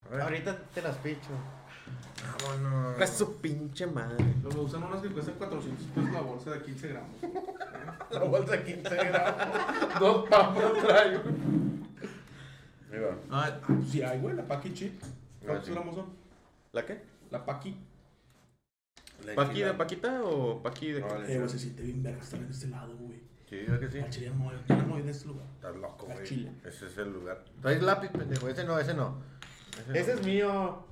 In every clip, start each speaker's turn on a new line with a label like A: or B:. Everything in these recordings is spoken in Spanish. A: carrera.
B: Ahorita te las picho.
A: Vámonos.
C: Es su pinche madre.
D: Los usan unos que cuestan 400 pesos la bolsa de 15 gramos.
A: La bolsa de 15 gramos.
D: Dos papas traigo.
A: Ahí va.
D: Ah, sí hay, güey, la Paki Chip.
A: Ah,
D: ¿Cuántos
A: sí.
D: gramos son?
C: ¿La qué?
D: La Paki.
C: ¿Paqui
A: La
C: de
A: enchilada.
C: Paquita o Paqui de.?
A: Órale.
D: Eh, güey, se siente bien verga estar en este lado, güey.
A: Sí, ¿verdad que sí?
D: Al chile no, yo no me voy de este lugar.
A: Estás loco,
D: Al
A: güey.
D: chile.
A: Ese es el lugar. Traes lápiz, pendejo. Ese no, ese no. Ese,
B: Ese
A: no.
B: es mío.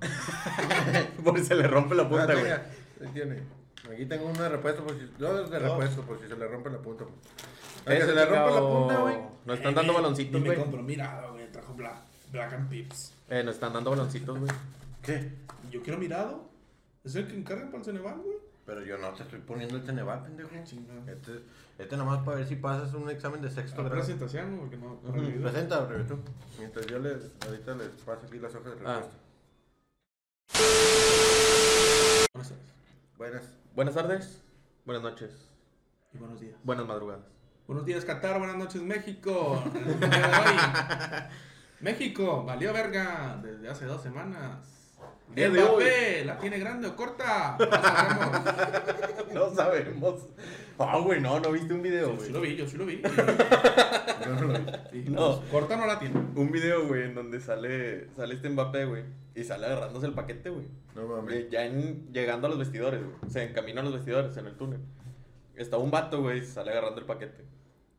C: Porque se le rompe la
A: Ah,
C: punta, güey.
A: tenga, ahí tiene. Aquí tengo uno de repuesto por si. Dos de repuesto por si se le rompe la punta. A que
C: Ese
A: se le rompe la
C: chingado-
A: punta, güey.
C: Nos están
D: Eh,
C: dando baloncitos,
D: güey.
C: güey.
D: Me compró mirada, güey. Trajo Black, Black and Pips.
C: Eh, nos están dando baloncitos, güey.
A: ¿Qué?
D: Yo quiero mirado. Es el que encarga para el Ceneval, güey.
A: Pero yo no te estoy poniendo el Ceneval, pendejo.
D: Chingado.
A: Este, este nomás para ver si pasas un examen de sexto
D: La
A: grado.
D: presentación, güey, que no. para el video.
A: Presenta, Rebe, tú. Mientras yo les, ahorita les paso aquí las hojas de
C: Ah.
A: repuesto.
D: Buenas tardes.
A: Buenas.
C: Buenas tardes. Buenas noches.
D: Y buenos días.
C: Buenas madrugadas.
D: Buenos días, Qatar. Buenas noches, México. El día de hoy, México valió verga desde hace dos semanas.
C: Día de
D: Mbappé, ¿la tiene grande o corta? No sabemos.
C: No sabemos. Ah, güey, no, no viste un video,
D: Yo sí lo vi, yo sí lo vi.
A: Yo no lo vi.
D: Sí,
C: No.
D: pues, Corta no la tiene.
C: Un video, güey, en donde sale, sale este Mbappé, güey. Y sale agarrándose el paquete, güey.
A: No mames.
C: Eh, Ya en- llegando a los vestidores, güey. Se encamina a los vestidores en el túnel. Está un vato, güey, y sale agarrando el paquete.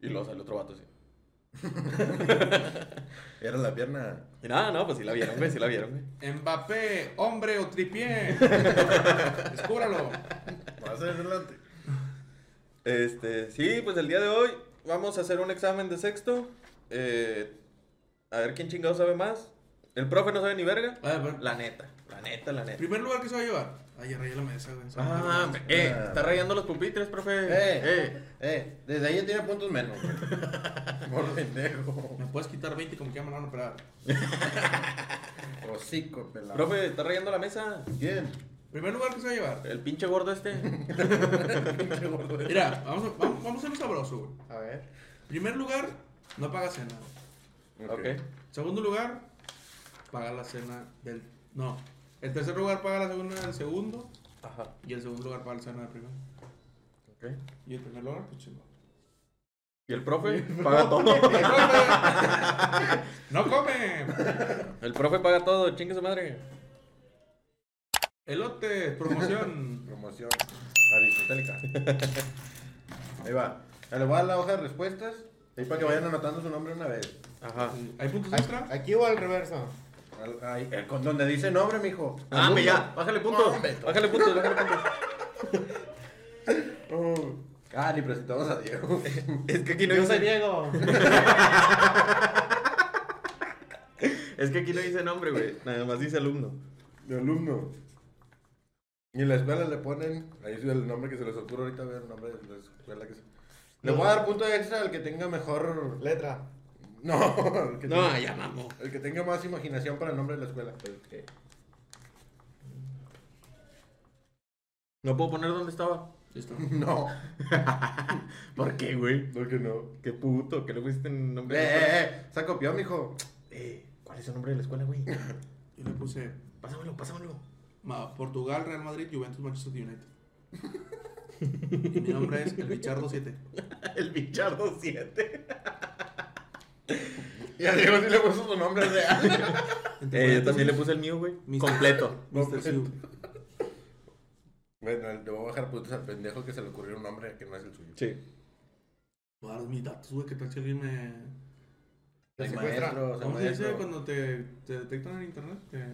C: Y luego sale otro vato así.
A: Era la pierna.
C: Y nada, no, pues sí la vieron, güey, sí la vieron, güey.
D: Mbappé, hombre o tripié. Descúbralo.
A: Más adelante.
C: Este, sí, pues el día de hoy vamos a hacer un examen de sexto. Eh, a ver quién chingado sabe más. El profe no sabe ni verga.
D: A ver,
C: La neta, la neta, la neta.
D: Primer lugar que se va a llevar. Ay, rayé la mesa, güey.
C: Ah, hombre, eh, está rayando los pupitres, profe.
A: Eh.
C: Eh,
A: Eh, desde ahí ya tiene puntos menos. güey. Por pendejo.
D: Me puedes quitar 20 como que ya me la van a operar.
A: Hocico, pelado.
C: Profe, está rayando la mesa.
A: ¿Quién?
D: Primer lugar que se va a llevar. este.
C: El pinche gordo este.
D: Mira, vamos a, vamos, vamos a ser sabroso, güey.
B: A ver.
D: Primer lugar, no paga cena. güey.
C: ok.
D: Segundo lugar, paga la cena del. No. El tercer lugar paga la segunda del segundo.
C: Ajá.
D: Y el segundo lugar paga la cena del primero.
C: Ok.
D: Y el primer lugar, pues chingón.
C: Y el profe paga todo.
D: ¡No come!
C: El profe paga todo, chingue su madre.
D: Elote, promoción.
A: Promoción aristotélica. Ahí va. Le voy a dar la hoja de respuestas. Ahí para que vayan anotando su nombre una vez.
C: Ajá.
D: ¿Hay puntos
B: Aquí,
D: extra?
B: aquí o al reverso.
A: Al- ahí, eh, con donde dice nombre, mijo.
C: Ah,
A: Alumno.
C: pues ya, bájale puntos. Bájale puntos, bájale puntos.
A: Oh. Ah, ni presentamos a Diego.
C: Es que aquí
B: Yo soy Diego.
C: Es que aquí no dice nombre, güey. Nada más dice alumno.
A: De alumno. Y en la escuela le ponen. Ahí es el nombre que se les ocurre ahorita. Ver el nombre de la escuela que se. Le voy a dar punto extra al que tenga mejor.
B: Letra.
A: No, el que, tenga,
C: ya mamó.
A: el que tenga más imaginación para el nombre de la escuela.
C: No puedo poner dónde estaba.
D: Listo.
A: No,
C: ¿Por qué, güey?
A: no que no.
C: Qué puto, que le pusiste en
A: Eh,
C: nombre de la escuela?
A: eh, eh, se copió, mijo.
C: Eh, ¿Cuál es el nombre de la escuela, güey?
D: Yo le puse
C: Pásamelo, pásamelo.
D: Ma- Portugal, Real Madrid, Juventus, Manchester United. y mi nombre es El Bichardo 7.
C: El bichardo 7.
A: Y a Diego sí le puso su nombre real.
C: Eh, yo también le puse el mío, güey.
D: Mis-
C: Completo.
D: Mr. Sue.
A: bueno, le voy a bajar puntos al pendejo que se le ocurrió un nombre que no es el suyo.
C: Sí.
D: Voy a dar mis datos, güey, que tal si alguien me.
B: Te
A: El
B: secuestra.
A: maestro, el
D: ¿Cómo se dice
A: maestro.
D: cuando te, te detectan en internet? Te...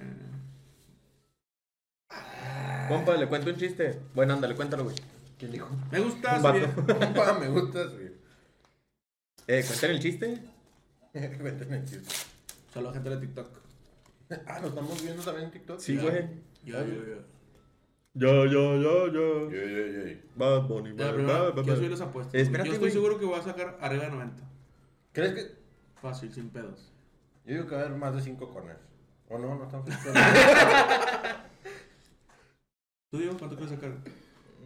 C: Compa, le cuento un chiste. Bueno, ándale, cuéntalo, güey.
A: ¿Quién dijo?
D: Me gustas,
C: Un vato.
D: bien.
A: Compa, me gustas, güey.
C: Eh, cuenten el chiste.
A: Cuéntame el chiste.
D: Saludos, gente de TikTok.
A: Ah, ¿nos estamos viendo también en TikTok?
C: Sí,
D: Ya.
C: güey.
D: Yo, yo, yo.
C: Yo, yo, yo, yo.
A: Yo, yo, yo.
C: Bad Bunny,
D: Ya,
C: bad,
D: primero,
C: bad, bad,
D: quiero
C: bad.
D: subir las apuestas.
C: Eh, espérate,
D: yo estoy
C: güey.
D: seguro que voy a sacar arriba de 90.
A: ¿Crees que.?
D: Fácil, sin pedos.
A: Yo digo que va a haber más de cinco corners. ¿O no? No estamos.
D: ¿Tú, Diego, cuánto quieres sacar?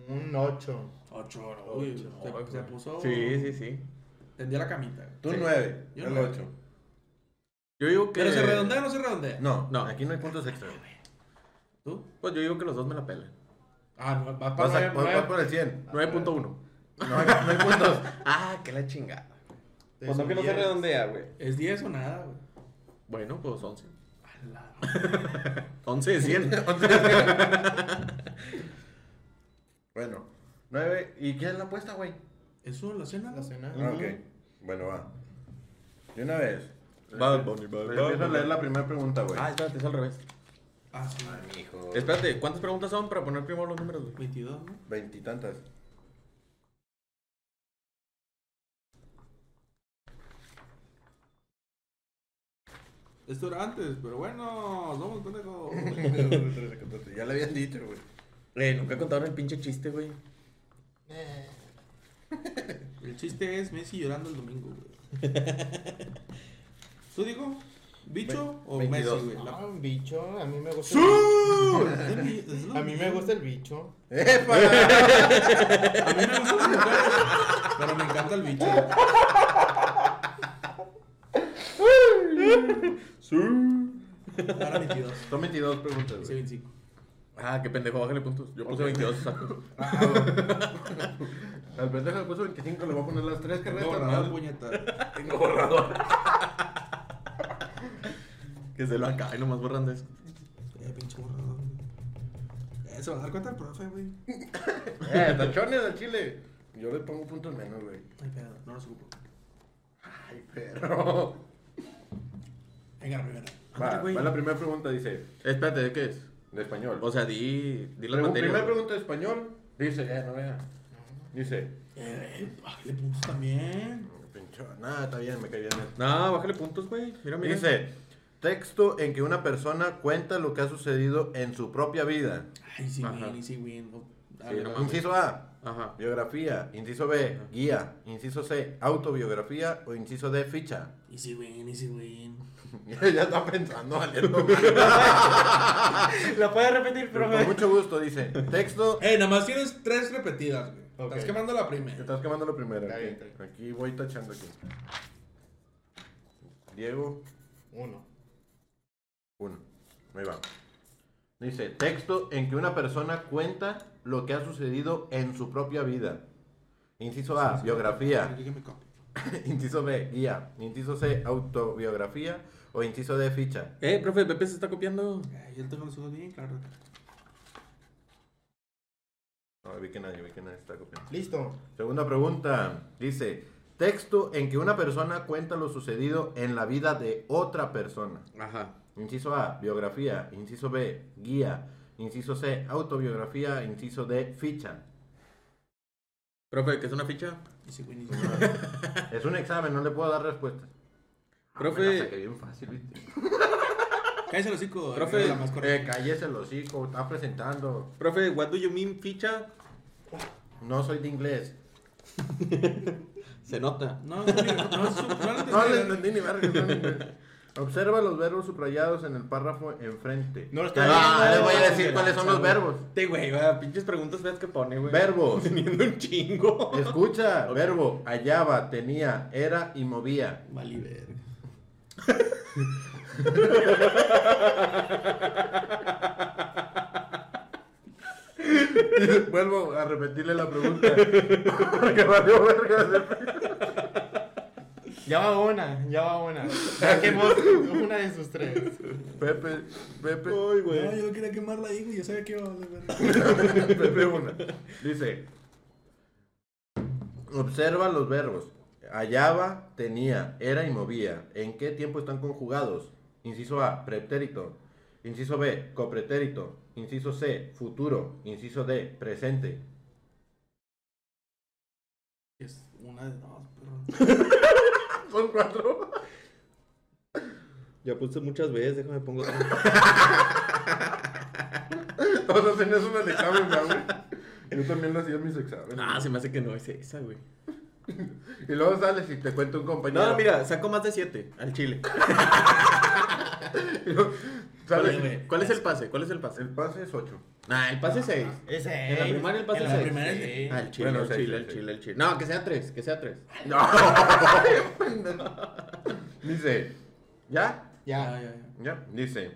B: Un 8.
D: 8. Uy, se,
C: Ocho.
D: se puso.
C: Sí, sí, sí.
D: Tendía la camita.
A: Tú
C: Sí.
A: nueve.
D: Yo
A: el
D: nueve.
A: ocho.
E: Yo digo que.
D: ¿Pero se redondea o no se redondea?
A: Eh, No,
E: No.
A: aquí no hay puntos extra. güey.
D: ¿Tú?
E: Pues yo digo que los dos me la pelan.
D: Ah, no, va
A: Vas,
D: para
A: a- vas- vas
D: nueve.
A: por el 100.
E: 9.1.
A: No hay, no hay puntos.
E: Ah, que la chingada.
F: Te
E: Pues no que no se
F: humillas.
E: redondea, güey.
D: Es 10 o nada, güey.
E: Bueno, pues 11.
D: A la-
E: 11 de 100.
A: Bueno, 9. ¿Y qué es la apuesta, güey?
D: ¿Eso lo cena?
F: La cena.
A: Ah, ok. Bueno, va. De una vez.
E: Bad Bunny, Bad
A: Pero Empiezo a
E: Bunny.
A: leer la primera pregunta, güey.
E: Ah, espérate, es al revés.
D: Ah, sí.
A: Hijo.
E: Espérate, ¿cuántas preguntas son para poner primero los números? güey?
D: 22, ¿no?
A: Veintitantas.
D: Esto era antes, pero bueno, somos pendejos.
A: ya le habían dicho, güey.
E: Eh, nunca contaron el pinche chiste, güey.
D: El chiste es Messi llorando el domingo, güey. ¿Tú digo? ¿Bicho o
A: 22.
D: Messi, güey? La-
F: Ah, un bicho, a mí me gusta.
D: A
F: A mí me gusta el bicho.
A: ¡Epa!
D: A mí me gustan las mujeres, pero me encanta el bicho. Ahora 22.
A: Son 22 preguntas,
D: Hice
A: güey.
D: 25.
E: Ah, qué pendejo, bájale puntos. Yo puse 22, saco.
A: Ah, Al pendejo le puso 25, le voy a poner las 3 que
D: Tengo
A: restan.
D: borrador,
A: ¿no?
D: puñeta.
E: Tengo borrador. que se lo acabe, nomás borran de eso.
D: Eh, pinche borrador. Eh, se va a dar cuenta el profe, güey.
A: Eh, tachones al chile. Yo le pongo puntos menos, güey.
D: Ay, pedo, no los ocupo.
A: Ay, perro.
D: Venga, la primera.
A: Va,
E: Ándale, güey.
A: va la primera pregunta, dice.
E: Espérate, ¿de qué es?
A: De español.
E: O sea, di, di las
A: Pregu-
E: materias.
A: primera pregunta de español. Dice, eh, no vea. Dice.
D: Eh, bájale puntos también.
A: Pincho, nada, está bien, me cae bien.
E: No, bájale puntos, güey. Mira, mira.
A: Dice, texto en que una persona cuenta lo que ha sucedido en su propia vida.
D: Ay, sí,
E: Ajá.
D: win, sí, win. No,
E: Sí,
D: dale,
E: no
D: no.
E: mames.
A: Inciso A,
E: Ajá.
A: biografía. Inciso B, guía. Inciso C, autobiografía. O inciso D, ficha.
D: Easy win, easy win.
A: ya está pensando, valiendo.
E: La puedes repetir,
A: Con mucho gusto, dice. Texto.
D: Eh, nada más tienes tres repetidas, güey.
F: Ok.
D: Estás quemando la
A: Te
D: primera.
A: estás quemando lo primero.
F: Está bien,
A: aquí.
F: está
A: Aquí voy tachando aquí. Diego,
F: Uno.
A: Uno. Ahí va. Dice, texto en que una persona cuenta lo que ha sucedido en su propia vida. Inciso A, biografía.
D: Dígame copy.
A: Inciso B, guía. Inciso C, autobiografía. O inciso D, ficha.
E: Eh, profe, Pepe se está copiando.
D: Eh, yo tengo los ojos bien claro.
A: No, vi que nadie, vi que nadie está copiando.
F: Listo.
A: Segunda pregunta. Dice, texto en que una persona cuenta lo sucedido en la vida de otra persona.
E: Ajá.
A: Inciso A, biografía. Inciso B, guía. Inciso C, autobiografía. Inciso D, ficha.
E: Profe, ¿qué es una ficha?
D: Easy win, easy win.
A: Es un examen, no le puedo dar respuesta. Ah,
E: Profe.
A: Me la saqué bien fácil, ¿viste?
D: Cállese los hocico.
E: Profe,
D: era la más correcta.
A: Eh, cállese el hocico, está presentando.
E: Profe, what do you mean ficha?
A: No soy de inglés.
E: Se nota.
D: No, no, no, no, no,
A: No le entendí ni verga. no le entendí. Observa los verbos subrayados en el párrafo enfrente.
F: No lo está
A: Ah,
F: viendo.
A: les voy a decir cuáles son los verbos.
E: Te, güey, va, pinches preguntas feas que pone, güey.
A: Verbos.
E: Teniendo un chingo.
A: Escucha, verbo, hallaba, tenía, era y movía.
D: Vale, verga.
A: Vuelvo a repetirle la pregunta. Porque valió verga.
F: Ya va una, ya va una. Saquemos una de sus tres.
A: Pepe, Pepe.
D: No, yo no quería quemarla ahí, güey. Yo sabía que iba a valer verga.
A: Pepe una. Dice. Observa los verbos. Hallaba, tenía, era y movía. ¿En qué tiempo están conjugados? Inciso A, pretérito. Inciso B, copretérito. Inciso C, futuro. Inciso D, presente.
D: Es una de dos, perro.
A: Son cuatro.
E: Ya puse muchas veces, déjame pongo.
A: Todos hacen eso en el examen, ¿verdad, güey. Yo también lo hacía en mis exámenes.
E: ah, se me hace que no es esa, güey.
A: Y luego sales y te cuenta un compañero.
E: No, mira, saco más de 7 al chile.
A: Sales y-
D: Oye,
E: ¿Cuál es el pase? ¿Cuál es el pase?
A: El pase es ocho.
E: Nah, el pase 6.
F: Ese.
E: En la primaria el pase
D: En la
E: 6.
D: primaria es seis.
E: Ah, el chile,
A: Bueno,
E: el
A: seis,
E: chile,
A: seis,
E: el
A: seis.
E: chile, el chile. No, que sea Ah, 3, que sea 3.
A: No. Dice, ¿ya?
F: Ya.
D: ya, ya.
A: Ya, dice.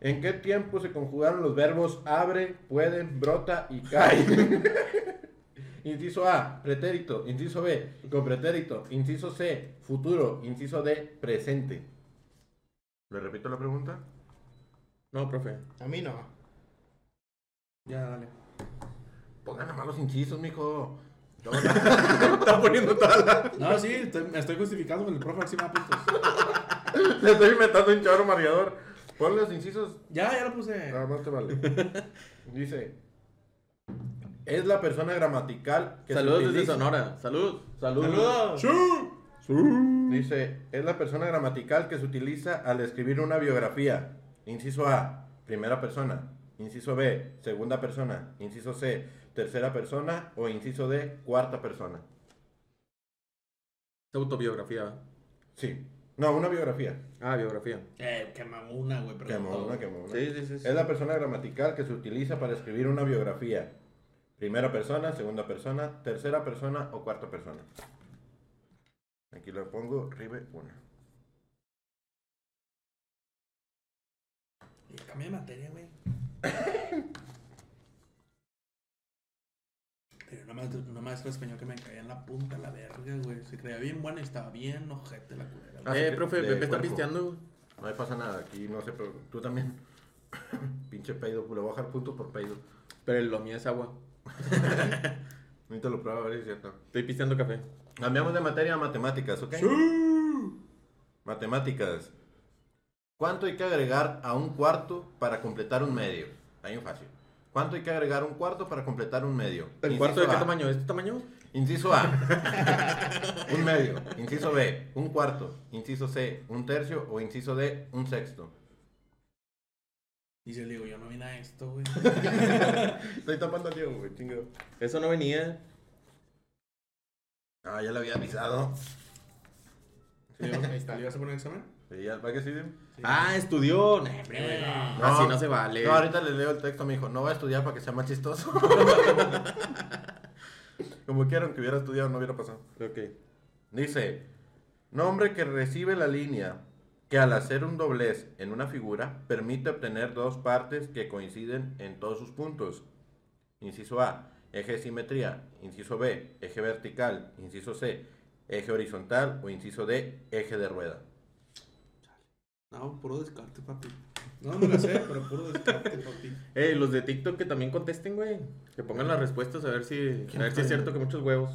A: ¿En qué tiempo se conjugaron los verbos abre, pueden, brota y cae? inciso A, pretérito. Inciso B, con pretérito. Inciso C, futuro. Inciso D, presente. ¿Le repito la pregunta?
E: No, profe.
F: A mí no.
D: Ya, dale.
A: Pongan a malos incisos, mijo.
E: Está poniendo tala.
D: No, sí, estoy- me estoy justificando con el profe así me da puntos.
A: Le estoy inventando un chorro mareador. Pon los incisos
D: Ya, ya lo puse.
A: Nada más te vale. Dice. Es la persona gramatical que se
E: Saludos desde
A: utiliza-
E: Sonora. Salud.
A: Salud.
F: Saludos.
A: Dice, es la persona gramatical que se utiliza al escribir una biografía. Inciso A, primera persona. Inciso B, segunda persona. Inciso C, tercera persona. O inciso D, cuarta persona.
E: Es autobiografía. ¿va?
A: Sí. No, una biografía.
E: Ah, biografía.
D: Eh, qué mamona, güey.
A: Quemó
D: preguntó.
A: una, quemó una.
E: Sí, sí, sí. sí.
A: Es la persona gramatical que se utiliza para escribir una biografía. Primera persona, segunda persona, tercera persona o cuarta persona. Aquí lo pongo, Ribe 1.
D: Y Cambié de materia, güey. Tenía una maestra, una maestra de español que me caía en la punta a la verga, güey. Se creía bien buena y estaba bien ojete la culera. güey.
A: Ah,
E: Eh,
A: sí,
E: profe,
A: de
E: Pepe está
A: cuerpo.
E: pisteando.
A: No me pasa nada, aquí no sé, pero tú también. Pinche peido, le voy a bajar puntos por peido.
E: Pero lo mío es agua.
A: Ahorita lo prueba a ver si es cierto.
E: Estoy pisteando café.
A: Cambiamos de materia a matemáticas, ¿ok? Matemáticas. ¿Cuánto hay que agregar a un cuarto para completar un medio? Ahí un fácil. ¿Cuánto hay que agregar a un cuarto para completar un medio?
E: ¿El cuarto de
A: Inciso
E: qué
A: A.
E: tamaño? ¿De este tamaño?
A: Inciso A, un medio. Inciso B, un cuarto. Inciso C, un tercio. O inciso D, un sexto.
D: Y yo le digo, yo no vine a esto, güey.
A: Estoy tapando al Diego, güey, chingo.
E: Eso no venía.
A: Ah, ya lo había avisado.
D: ¿Le ibas- ¿Le ibas a poner examen?
A: Sí, ya, ¿Para qué sí, Diego?
E: Ah, estudió. Nah, hombre, güey,
D: No.
E: no. Así Eh. no se vale.
A: No, ahorita le leo el texto a mi hijo. No va a estudiar para que sea más chistoso. Como quiera, aunque hubiera estudiado, no hubiera pasado.
E: Ok.
A: Dice, nombre que recibe la línea que al hacer un doblez en una figura permite obtener dos partes que coinciden en todos sus puntos. Inciso A, eje de simetría. Inciso B, eje vertical. Inciso C, eje horizontal. O inciso D, eje de rueda.
D: No, puro descarte, papi. No, no lo sé, pero puro descarte, papi.
E: Eh, los de TikTok que también contesten, güey. Que pongan las respuestas a ver si, a ver si es cierto que muchos huevos.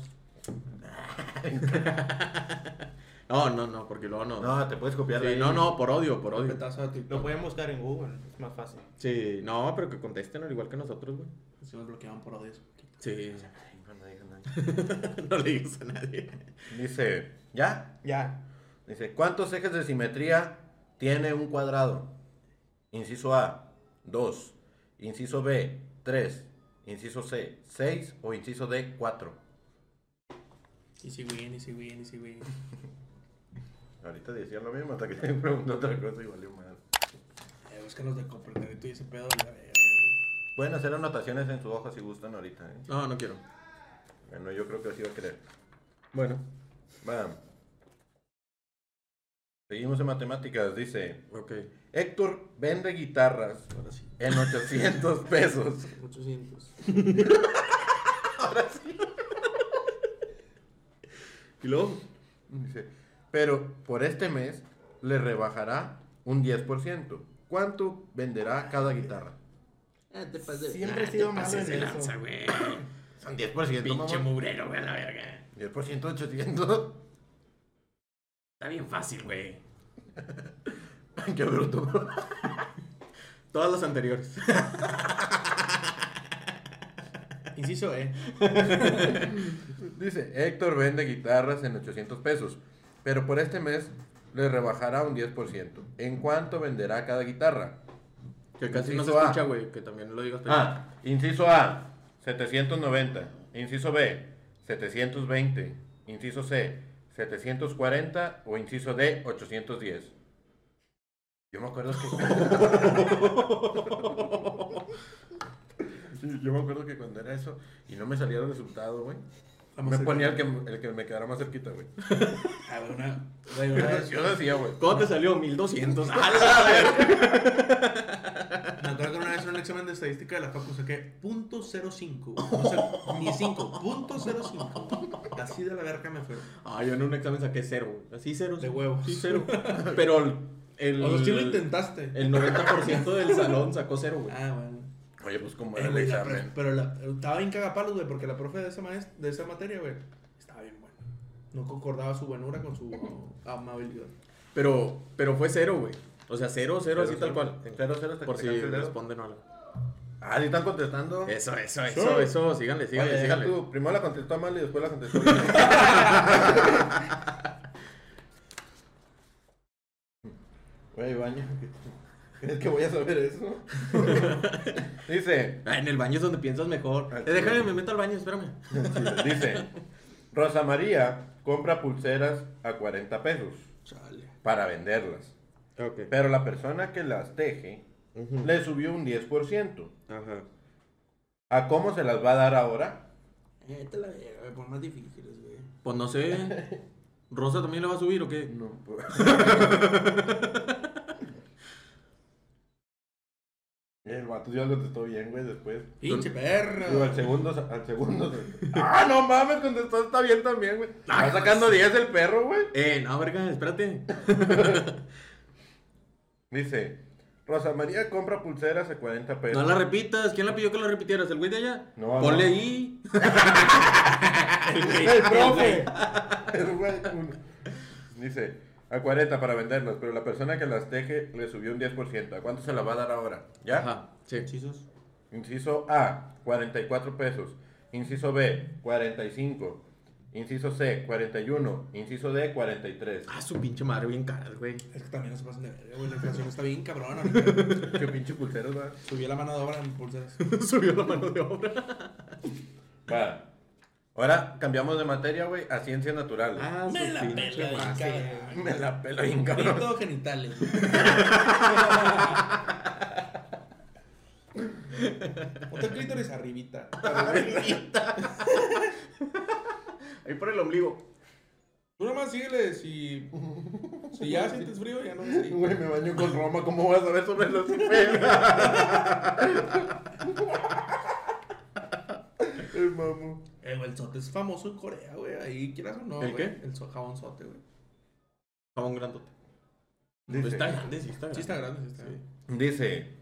E: no, no, no, porque luego no.
A: No, te puedes copiar. de
E: Sí,
A: ahí.
E: no, no, por odio, por
D: Un
E: odio.
D: petazo a TikTok.
F: Lo pueden buscar en Google, es más fácil.
E: Sí, no, pero que contesten al igual que nosotros, güey.
D: Si nos bloqueaban por odios.
E: Sí,
A: Ay, no, no digas nada.
E: no le digas a nadie.
A: Dice, ¿ya?
F: Ya.
A: Dice, ¿cuántos ejes de simetría tiene un cuadrado? Inciso A, 2. Inciso B, 3. Inciso C, 6. O inciso D, 4.
D: Y si win, y si win, y si win.
A: Ahorita decía lo mismo hasta que te preguntó otra cosa y valió mal.
D: Eh, busca los de Coppercredito y ese pedo de la verga, güey.
A: Pueden hacer anotaciones en su hoja si gustan ahorita. ¿eh?
E: No, no quiero.
A: Bueno, yo creo que así va a querer.
E: Bueno,
A: Va. Seguimos en matemáticas. Dice,
E: ok.
A: Héctor vende guitarras
D: Ahora sí.
A: en 800 pesos.
D: 800.
E: ¿Y luego?
A: Dice, pero por este mes le rebajará un 10%. ¿Cuánto venderá cada guitarra?
F: Siempre he sido malo en eso.
E: güey.
A: Son 10%,
E: Pinche
A: mamón.
E: mugrero, güey, a la verga.
A: 10% 800.
E: Está bien fácil, güey.
A: Qué bruto.
E: Todas las anteriores.
D: Inciso E.
A: Dice, Héctor vende guitarras en 800 pesos, pero por este mes le rebajará un 10%. ¿En cuánto venderá cada guitarra?
E: Que casi no se
A: Inciso A.
E: escucha, güey. Que también lo digas.
A: Ah, inciso A, 790. Inciso B, 720. Inciso C, 740. O inciso D, 810. Yo me acuerdo que. Sí, Yo me acuerdo que cuando era eso y no me salía el resultado, güey.
D: La
A: Me
D: más
A: ponía el que,
D: cercana.
A: el que me quedara más cerquita, güey.
D: Ah, güey, una- güey, una vez-
A: Yo decía, güey.
C: ¿Cuánto te salió? 1200. ¡A la verga!
D: Me acuerdo que una vez en un examen de estadística de la facu saqué .05. güey. O sea, ni 5, .05. Así de la verga me fue.
C: Ah, yo en un examen saqué cero. güey. Así cero.
D: De
C: sí.
D: huevos.
C: Sí, cero. Pero el. el
D: O sea, sí lo intentaste.
C: El 90% del salón sacó cero, güey.
D: Ah, bueno.
A: Oye, pues como
D: Eh,
A: era el
D: güey, la
A: examen.
D: profe- pero la, estaba bien cagapalos, güey, porque la profe de esa, maes- de esa materia, güey, estaba bien buena. No concordaba su buenura con su amabilidad.
C: Pero, pero fue cero, güey. O sea, cero, cero, así tal cual.
A: Cero, cero hasta
C: Por
A: que
C: si
A: te canse el dedo.
C: responden o algo.
A: Ah, sí están contestando.
C: Eso, eso, eso, eso. Síganle, síganle,
A: Oye, deja
C: síganle.
A: tú, primero la contestó mal y después la contestó bien. Güey, baño. ¿Crees que voy a saber eso? dice,
C: Ah, en el baño es donde piensas mejor.
A: Ah,
C: Eh,
A: sí.
C: déjame, me meto al baño, espérame.
A: dice, Rosa María compra pulseras a 40 pesos
C: Chale.
A: para venderlas.
E: Ok.
A: Pero la persona que las teje
E: Ujú.
A: le subió un 10%.
E: Ajá.
A: ¿A cómo se las va a dar ahora?
D: Eh, te la verga, güey, pon más difíciles, güey.
C: Pues no sé. ¿Rosa también le va a subir o qué?
A: No, pues. El vato ya contestó bien, güey, después.
D: Pinche
A: Digo, al
D: perro.
A: segundo, al segundo. ¡Ah, no mames! Contestó, está bien también, güey.
C: Ah,
A: Está sacando 10 el perro, güey.
C: Eh, no, verga, espérate.
A: Dice, Rosa María compra pulseras a 40 pesos.
C: No la repitas. ¿Quién la pidió que la repitieras? ¿El güey de allá?
A: No,
C: Ponle
A: no.
C: ahí.
A: El profe. El güey, uno. Dice, a 40 para venderlas, pero la persona que las teje le subió un 10%. ¿A cuánto se las va a dar ahora? ¿Ya?
C: Ajá, sí.
D: Hechizos.
A: Inciso A, 44 pesos. Inciso B, 45. Inciso C, 41. Inciso D, 43.
C: Ah, su pinche madre bien caras, güey.
D: Es que también no se pasan de verga, güey. La inflación está bien cabrona. ahorita.
A: Qué pinche pulseros va.
D: Subió la mano de obra en pulseras.
C: Subió la mano de obra.
A: Va. Ahora cambiamos de materia, güey, a ciencias naturales.
C: Ah, su
D: Me la
C: pinche
D: pela, bien
C: madre.
D: cabrón.
A: me la pela bien cabrón.
D: Pito genitales. Ponte el clítoris arribita.
C: Ahí por el ombligo.
D: Tú nomás síguele si. Si ya sientes frío, ya no sé.
A: Güey, me baño con Roma, ¿cómo vas a ver sobre los pelos? El mamo.
D: Eh, güey, el sote es famoso en Corea, güey. Ahí quieras o no.
C: ¿El
D: güey.
C: qué?
D: El so- jabón sote, güey.
C: Jabón grandote.
A: Dice,
C: Está grande, sí, está grande.
D: Sí, está grande, Ah, sí, está
C: Sí.
D: grande.
A: dice,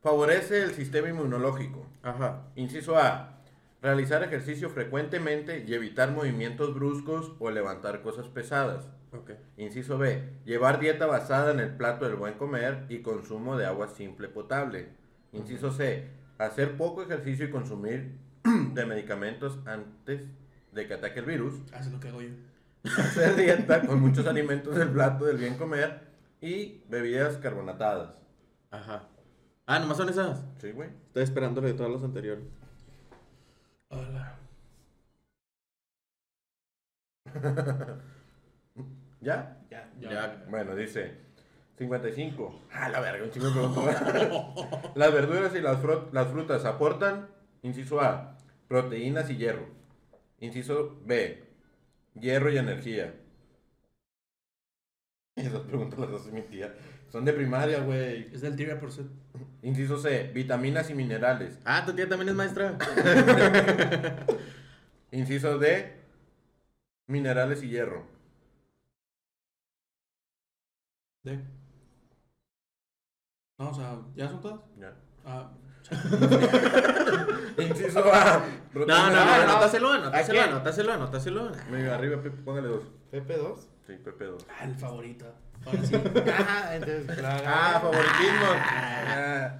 A: favorece el sistema inmunológico.
C: Ajá.
A: Inciso A. Realizar ejercicio frecuentemente y evitar movimientos bruscos o levantar cosas pesadas.
C: Ok.
A: Inciso B. Llevar dieta basada en el plato del buen comer y consumo de agua simple potable. Inciso C. Hacer poco ejercicio y consumir de medicamentos antes de que ataque el virus.
D: Hace Ah, lo que hago yo.
A: Hacer dieta con muchos alimentos del plato del bien comer y bebidas carbonatadas.
C: Ajá. Ah, nomás son esas.
A: ¿Sí, güey?
C: Estoy esperándole de todas las anteriores.
D: Hola.
A: ¿Ya?
D: Ya, ya.
A: Ya, bueno, dice 55. Ah, la verga, un chingo de preguntas. las verduras y las, frut- las frutas aportan, inciso A, proteínas y hierro. Inciso B, hierro y energía. Esas preguntas las hace mi tía. Son de primaria, güey.
D: Es del trivia por ser.
A: Inciso C, vitaminas y minerales.
C: Ah, tu tía también es maestra.
A: Inciso D, minerales y hierro.
D: De. No, o sea, ¿ya son todas?
A: Ya.
D: Ah,
A: Inciso A,
C: No, no,
A: proteínas-
C: no,
A: Ah,
C: anótaselo, anótaselo,
A: ¿A qué?
C: anótaselo, anótaselo.
A: Medio arriba, Pepe, póngale dos.
F: ¿PP2?
A: Sí, Pepe dos.
D: ah, el favorito. Ahora sí.
F: Ah, entonces, claro.
A: Ah, favoritismo.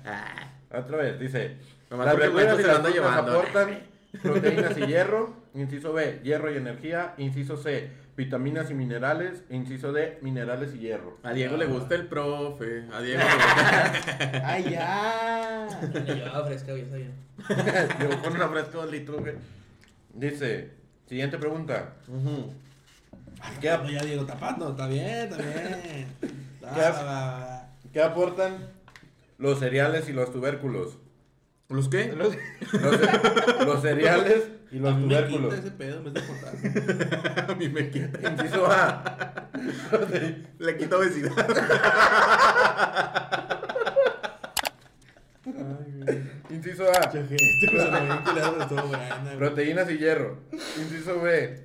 A: Ah. Otra vez, dice.
C: Nomás
A: las
C: porque el
A: verduras
C: cuento
A: y
C: se
A: las
C: lo anda
A: frutas
C: llevando.
A: aportan proteínas y hierro. Inciso B, hierro y energía. Inciso C, vitaminas y minerales. Inciso D, minerales y hierro.
C: A Diego le gusta el profe. A Diego le gusta.
F: ¡Ay, ya!
D: Yo fresca, güey, está bien.
A: Yo con una fresca dos litros, güey. Dice, siguiente pregunta. ¿Qué, ap-
D: No, Ah, ya Diego tapando, está bien, está bien. Va,
A: ¿Qué
D: va,
A: hace?
D: va, va.
A: qué aportan los cereales y los tubérculos?
C: ¿Los qué?
A: Los, los cereales y los
D: A mí me
A: tubérculos.
D: quita ese pedo en vez de cortar.
C: A mí me quita.
A: Inciso A.
C: Le quito obesidad.
A: Inciso A.
D: Pero
A: Proteínas y hierro. Inciso B.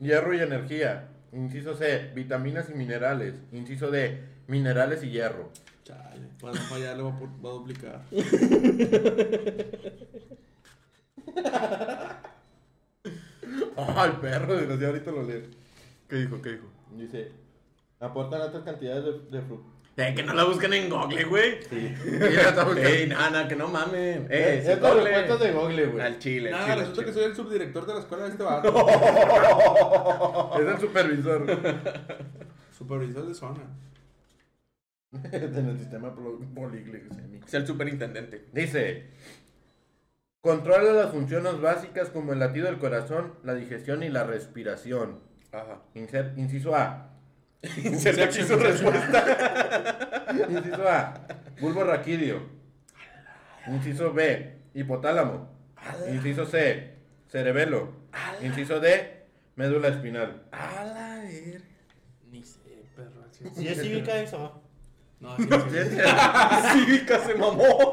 A: Hierro y energía. Inciso C. Vitaminas y minerales. Inciso D. Minerales y hierro.
D: Chale, para no fallar lo va a pu- va a duplicar.
A: Ay, perro, desgraciado, ahorita lo leo.
C: ¿Qué dijo? ¿Qué dijo?
A: Dice, aportan altas cantidades de, de fru-
C: Eh, que no la busquen en Google, güey.
A: Sí.
C: Ey, nada, que no mamen. Eh,
A: Es
C: sí,
A: la
C: Google.
A: respuesta de Google, güey.
C: Al chile, al
D: Nada,
C: chile,
D: resulta
C: al
D: que
C: chile.
D: soy el subdirector de la escuela de este barrio.
A: Es el supervisor
D: Supervisor de zona.
A: en el sistema pol- poliglicémico.
C: Es el superintendente.
A: Dice, controla las funciones básicas como el latido del corazón, la digestión y la respiración.
C: Ajá.
A: Inser- inciso A.
C: Inserta aquí su respuesta.
A: Inciso A. Bulbo raquídeo. Inciso B. Hipotálamo. Inciso C. Cerebelo. Inciso D. Médula espinal.
C: A la ver.
D: Ni sé, perro. así es.
F: Si es cívica eso.
D: No, así es.
C: Cívica se mamó.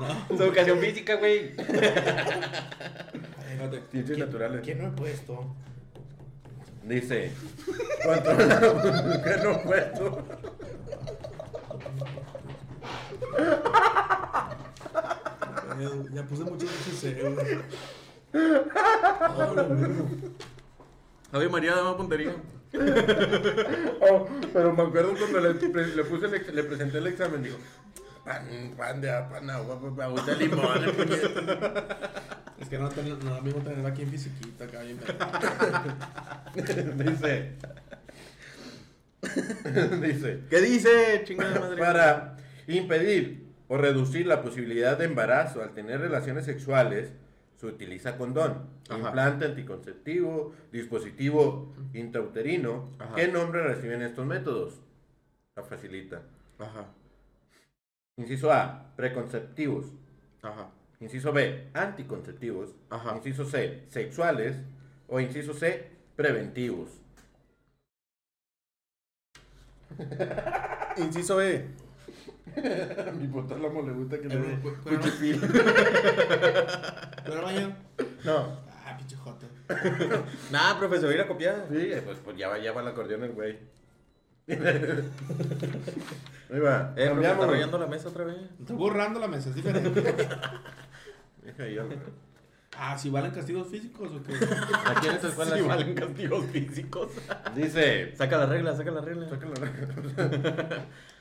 D: No,
C: Es educación física, güey.
D: espérate.
A: Ciencias naturales.
F: ¿Quién no he puesto?
A: Dice. Controla los órganos puestos.
D: Eh, Ya puse mucho HC, güey. Ahora, güey.
C: Javi María, dame puntería.
A: Oh, pero me acuerdo cuando le, pre- le puse el ex- le presenté el examen, digo, pan, pan de a- pan agua, pan agua de limón, puñet-".
D: Es que no ten- no, amigo, tenerlo aquí en fisiquita, acá bien. perro.
A: Dice. Dice.
C: ¿Qué dice, chingada madre?
A: Para impedir o reducir la posibilidad de embarazo al tener relaciones sexuales, se utiliza condón,
C: Ajá.
A: implante anticonceptivo, dispositivo intrauterino.
C: Ajá.
A: ¿Qué nombre reciben estos métodos? La facilita.
C: Ajá,
A: Inciso A, preconceptivos.
C: ajá.
A: Inciso B, anticonceptivos.
C: Ajá.
A: Inciso C, sexuales. O inciso C, preventivos.
C: Inciso E.
A: A mi potálamo le gusta que
D: Eh, güey, cu- cu- ¿Pero mañana?
A: No,
D: Ah, pinche jote.
C: Nada, profesor, ir a copiar.
A: Sí, pues, pues ya va, ya va el acordeón el güey. Ahí va.
C: Eh, profe, está
A: cambiamos.
C: rayando la mesa otra vez.
D: Estoy borrando la mesa, es diferente.
A: Deja yo, güey.
D: Ah, si valen castigos físicos o qué.
A: Aquí en esta escuela
C: Sí,
A: sí.
C: valen castigos físicos.
A: Dice.
C: Saca la regla, saca la regla.
A: Sácalo.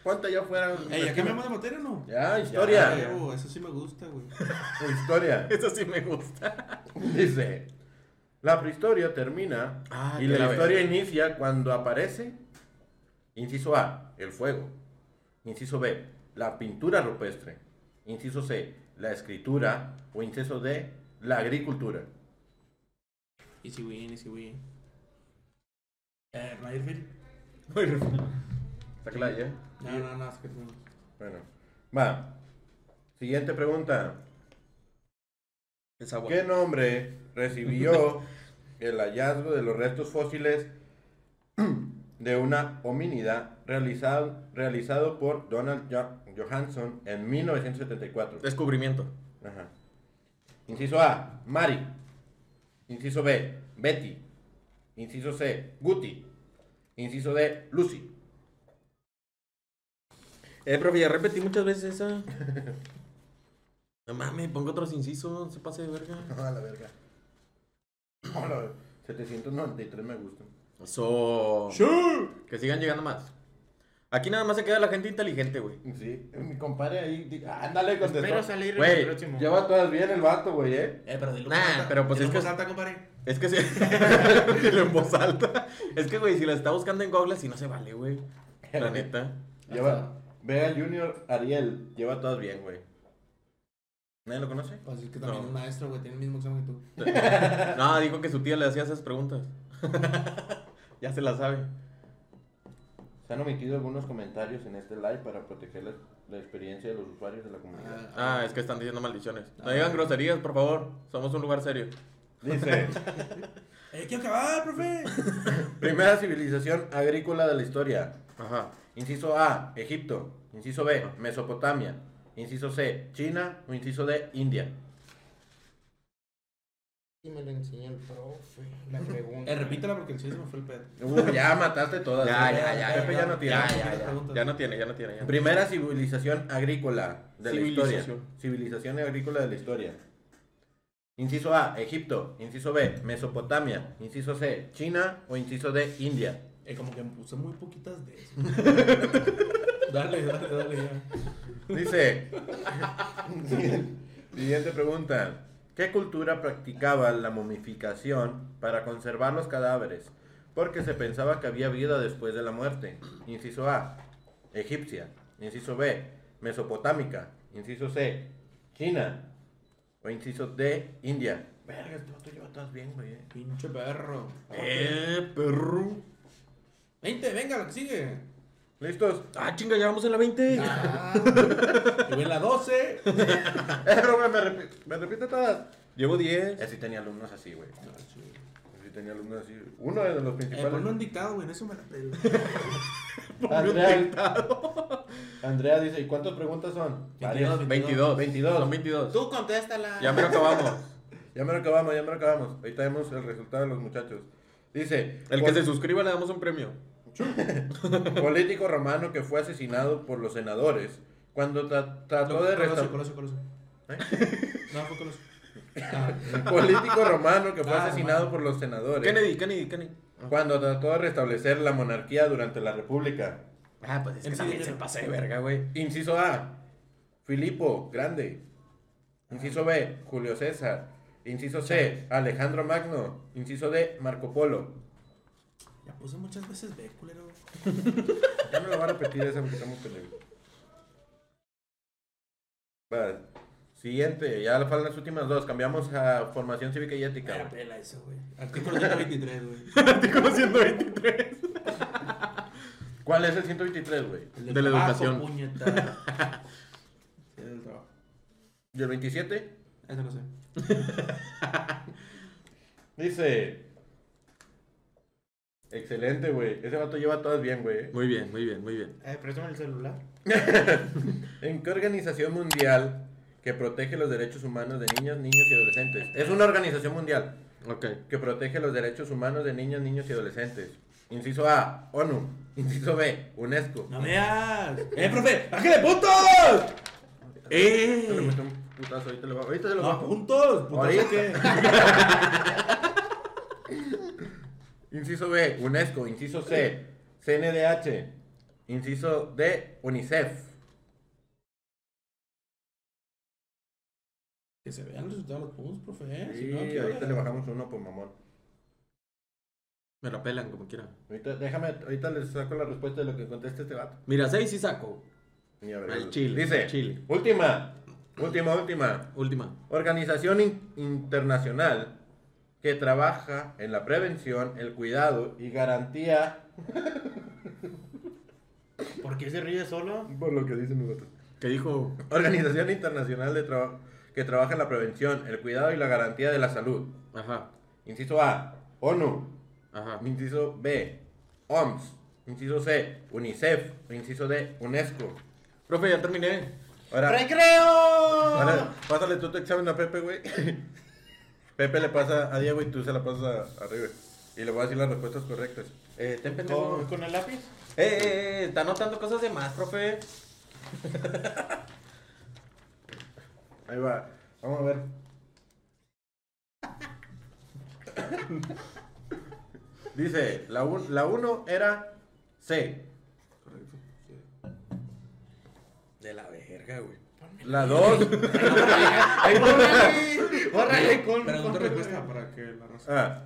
A: ¿Cuánto ya fuera?
D: Ey, ¿ya cambiamos de materia o no?
A: Ya,
D: Ah,
A: historia.
D: huevo, eso sí me gusta, güey.
A: Historia.
C: Eso sí me gusta.
A: Dice. La prehistoria termina
C: Ah,
A: y
C: que
A: la,
C: la
A: historia
C: verga.
A: inicia cuando aparece. Inciso A, el fuego. Inciso B, la pintura rupestre. Inciso C, la escritura. O inciso D, la agricultura.
D: Easy win, easy win. Eh, Raidville.
A: Sácala ya.
D: No, no, no, es que no.
A: Bueno, va. Siguiente pregunta.
C: Es agua.
A: ¿Qué nombre recibió el hallazgo de los restos fósiles de una hominida realizado, realizado por Donald Jo- Johansson en 1974?
C: Descubrimiento.
A: Ajá. Inciso A, Mari. Inciso B, Betty. Inciso C, Guti. Inciso D, Lucy.
C: Eh, profe, ya repetí muchas veces esa. No mames, pongo otros incisos, no se pase de verga.
A: A la verga. 793 me gustan.
C: Eso. Que sigan llegando más. Aquí nada más se queda la gente inteligente, güey.
A: Sí, mi compadre ahí, di- ándale, contestó.
F: Espero salir en el
A: Güey,
F: próximo.
A: lleva todas bien el vato, güey, eh.
D: Eh, pero dilo.
C: Nah,
D: en voz alta.
C: pero pues
D: Dilo
C: es
D: en
C: que-
D: voz alta, compadre.
C: Es que si. Dilo en voz alta. Es que, güey, si la está buscando en Google, así no se vale, güey. La neta.
A: Lleva, Vega Junior Ariel, lleva todas bien, güey. ¿Nadie lo conoce?
D: Pues es que también
C: No.
D: es maestro, güey, tiene el mismo examen que tú.
C: No, dijo que su tía le hacía esas preguntas. ya se la sabe.
A: Se han omitido algunos comentarios en este live para proteger la, la experiencia de los usuarios de la comunidad.
C: Ah, es que están diciendo maldiciones. No digan groserías, por favor. Somos un lugar serio.
A: Dice,
D: Eh, quiero acabar, profe.
A: primera civilización agrícola de la historia.
C: Ajá.
A: Inciso A, Egipto. Inciso B, Mesopotamia. Inciso C, China. O inciso D, India.
F: Y me lo enseñó el profe. La pregunta.
D: Eh, repítela porque el chiste me fue el pedo.
A: Uh, ya mataste todas.
C: Ah, Ya,
A: ¿eh?
C: ya, ya,
A: Pepe ya no tiene.
C: Ya, ya,
D: Las preguntas.
C: Ya no tiene, ya no tiene. ya.
A: Primera civilización agrícola de la historia.
C: Civilización.
A: Civilización agrícola de la historia. Inciso A, Egipto. Inciso B, Mesopotamia. Inciso C, China. O inciso D, India.
D: Eh, como que me puse muy poquitas de eso. dale, dale, dale. Ya.
A: Dice. Siguiente pregunta. ¿Qué cultura practicaba la momificación para conservar los cadáveres? Porque se pensaba que había vida después de la muerte. Inciso A. Egipcia. Inciso B. Mesopotámica. Inciso C. China. O inciso D. India. Verga, este vato lleva todas bien, güey. eh.
D: Pinche perro.
C: Eh, perro.
D: 20, venga, lo que sigue.
A: ¿Listos?
C: Ah, chinga, ya vamos en la 20. Ah.
D: Y voy en la 12.
A: Eh, Robert, me, repi- me repite todas.
C: Llevo 10.
A: Así tenía alumnos así, güey.
D: Eh,
A: Así tenía alumnos así. Uno de los principales.
D: ponme un dictado, güey, en eso me la pelo.
A: Andrea, Andrea dice, ¿y cuántas preguntas son?
D: 22,
C: 22.
A: 22.
C: Son 22.
F: Tú contéstala.
C: Ya me lo acabamos.
A: Ya me lo acabamos, ya me lo acabamos. Ahí tenemos el resultado de los muchachos. Dice,
C: El que
A: "Pol-
C: se suscriba le damos un premio.
A: político romano que fue asesinado por los senadores cuando tra- trató de
D: Colosio,
A: restaurar...
D: Colosio, Colosio.
C: ¿Eh?
D: No, fue Colosio. Ah,
A: Político romano que fue
D: Ah,
A: asesinado
D: romano.
A: por los senadores
C: Kennedy, Kennedy, Kennedy.
A: cuando trató de restablecer la monarquía durante la república.
C: Ah, pues es que
D: MC
C: también se
D: Dinero.
C: pasa de verga, güey.
A: Inciso A. Filipo Grande. Inciso B. Julio César. Inciso C. Alejandro Magno. Inciso D. Marco Polo.
D: ya puse muchas veces B, culero.
A: Ya no lo va a repetir esa porque estamos pendejos. Vale. Siguiente, ya le faltan las últimas dos. Cambiamos a formación cívica y
D: Me
A: ética.
D: la
A: güey.
D: pela eso, güey. Artículo 123, güey.
C: Artículo 123.
A: ¿Cuál es el 123, güey?
D: El
C: De la
D: trabajo,
C: educación.
D: puñeta. Sí, del trabajo.
A: ¿Y el 27?
D: Eso no sé.
A: Dice. Excelente, güey. Ese vato lleva todas bien, güey.
C: Muy bien, muy bien, muy bien.
F: Eh, préstame el celular.
A: ¿En qué organización mundial que protege los derechos humanos de niños, niños y adolescentes? Es una organización mundial
C: Ok.
A: que protege los derechos humanos de niños, niños y adolescentes. Inciso A, ONU. Inciso B, UNESCO.
D: ¡No veas! ¡Eh, profe! ¡Bájale puntos!
A: Se le
C: ¡Eh!
A: metió un putazo, ahorita le bajo. Ahorita se lo
D: No,
A: bajo.
D: puntos. ¿Puntos
A: Ahorita.
D: de qué?
A: Inciso B, UNESCO. Inciso C, CNDH. Inciso D, UNICEF.
D: Que se vean los resultados de los puntos, profe. eh. Si
A: Sí,
D: no, aquí-
A: ahorita le bajamos uno por mamón.
C: Me la pelan como quiera.
A: Ahorita, déjame, ahorita les saco la respuesta de lo que conteste este vato.
C: Mira, 6 sí saco.
A: Ni a ver.
C: Al chile,
A: Dice,
C: al chile.
A: última, última, última.
C: Última.
A: Organización in- internacional que trabaja en la prevención, el cuidado y garantía
F: ¿Por qué se ríe solo?
A: por lo que dicen los otros.
C: ¿Qué dijo?
A: Organización internacional de Traba- que trabaja en la prevención, el cuidado y la garantía de la salud.
C: Ajá,
A: Inciso A, ONU.
C: ajá.
A: Inciso B, OMS. Inciso C, UNICEF. Inciso D, UNESCO.
C: Profe, ya terminé.
A: Ahora,
F: ¡Recreo!
A: ahora pásale tú tu examen a Pepe, güey. Pepe le pasa a Diego y tú se la pasas a, a River. Y le voy a decir las respuestas correctas.
C: Eh, ten pendejo.
A: Oh,
F: ¿Con, con el lápiz?
C: Eh, eh, eh, está anotando cosas de más, profe.
A: Ahí va. Vamos a ver. Dice, la 1 la uno era C.
C: De la verga, güey.
A: La 2.
F: ¡Órale! ¡Órale! Con,
D: Pregunta
F: con-
D: respuesta para que la raza.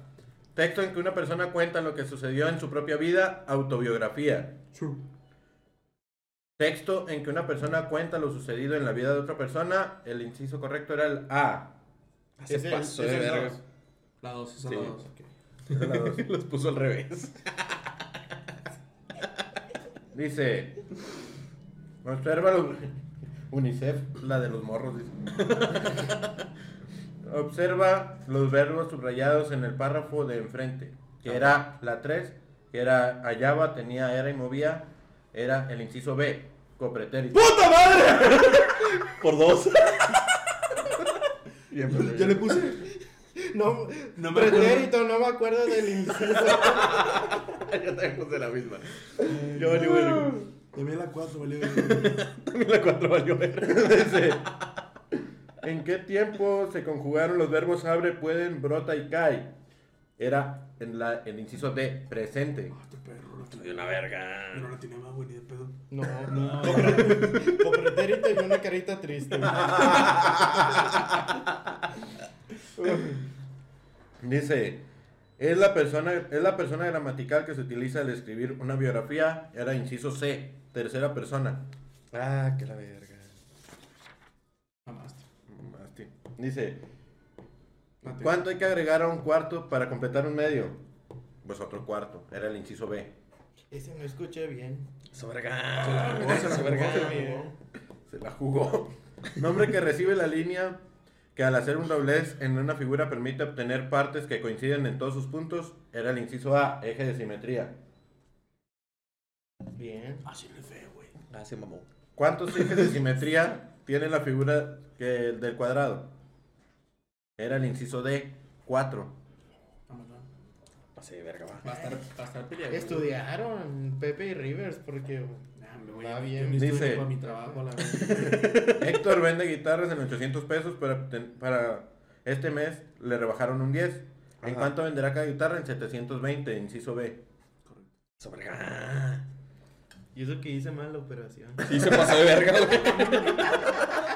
A: texto en que una persona cuenta lo que sucedió en su propia vida, autobiografía.
D: True.
A: Texto en que una persona cuenta lo sucedido en la vida de otra persona, el inciso correcto era el A.
C: Se
F: Es el-
C: pasó
F: es
C: de
F: el
C: verga.
F: dos.
D: La 2, esa es
C: Sí.
D: la 2.
A: Era la dos.
C: Los puso al revés.
A: Dice. Observa los. UNICEF, la de los morros, dice. Observa los verbos subrayados en el párrafo de enfrente. Que era la 3, que era hallaba, tenía, era y movía. Era el inciso B, copretérito.
C: ¡Puta madre! Por dos.
D: Yo le puse.
F: No,
D: No me acuerdo.
F: pretérito, no me acuerdo del inciso.
E: Yo también puse la misma. Yo valió verga.
D: También la 4, valió.
C: También la cuatro valió ver.
A: Dice, ¿En qué tiempo se conjugaron los verbos abre, pueden, brota y cae? Era en la, el inciso D, presente.
D: Este perro, no
E: De
D: tiene-
E: una
D: pero
E: verga.
D: no tenía más, güey, ni de pedo.
F: No, no. Con pretérito y una carita triste.
A: Dice, es la persona, es la persona gramatical que se utiliza al escribir una biografía, era inciso C, tercera persona.
C: Ah, que la verga.
D: Mamaste.
A: Mamaste. Dice,
D: Mate.
A: ¿cuánto hay que agregar a un cuarto para completar un medio? Pues otro cuarto, era el inciso B.
F: Ese no escuché bien.
E: Soberga.
D: jugó, se la jugó,
E: Soberga.
D: se la jugó.
A: Se la jugó. Nombre que recibe la línea que al hacer un doblez en una figura permite obtener partes que coinciden en todos sus puntos, era el inciso A, eje de simetría.
F: Bien.
D: Así le fue, güey.
E: Ah, sí, mamó.
A: ¿Cuántos ejes de simetría tiene la figura que- del cuadrado? Era el inciso D, 4.
D: Vamos, va.
E: Pasé de verga, va.
D: Va a estar, va a estar peleado.
F: Estudiaron Pepe y Rivers porque ah,
D: Nah, me voy
F: Va
D: a
F: bien.
D: bien. Dice.
A: Dice-
D: Para mi trabajo, la verdad.
A: Héctor vende guitarras en 800 pesos para, obten- para este mes le rebajaron un 10. ¿En
E: Ajá.
A: cuánto venderá cada guitarra? En 720, inciso B.
E: Soberga.
F: y eso que hice mal la operación.
E: Sí, se pasó de verga, güey.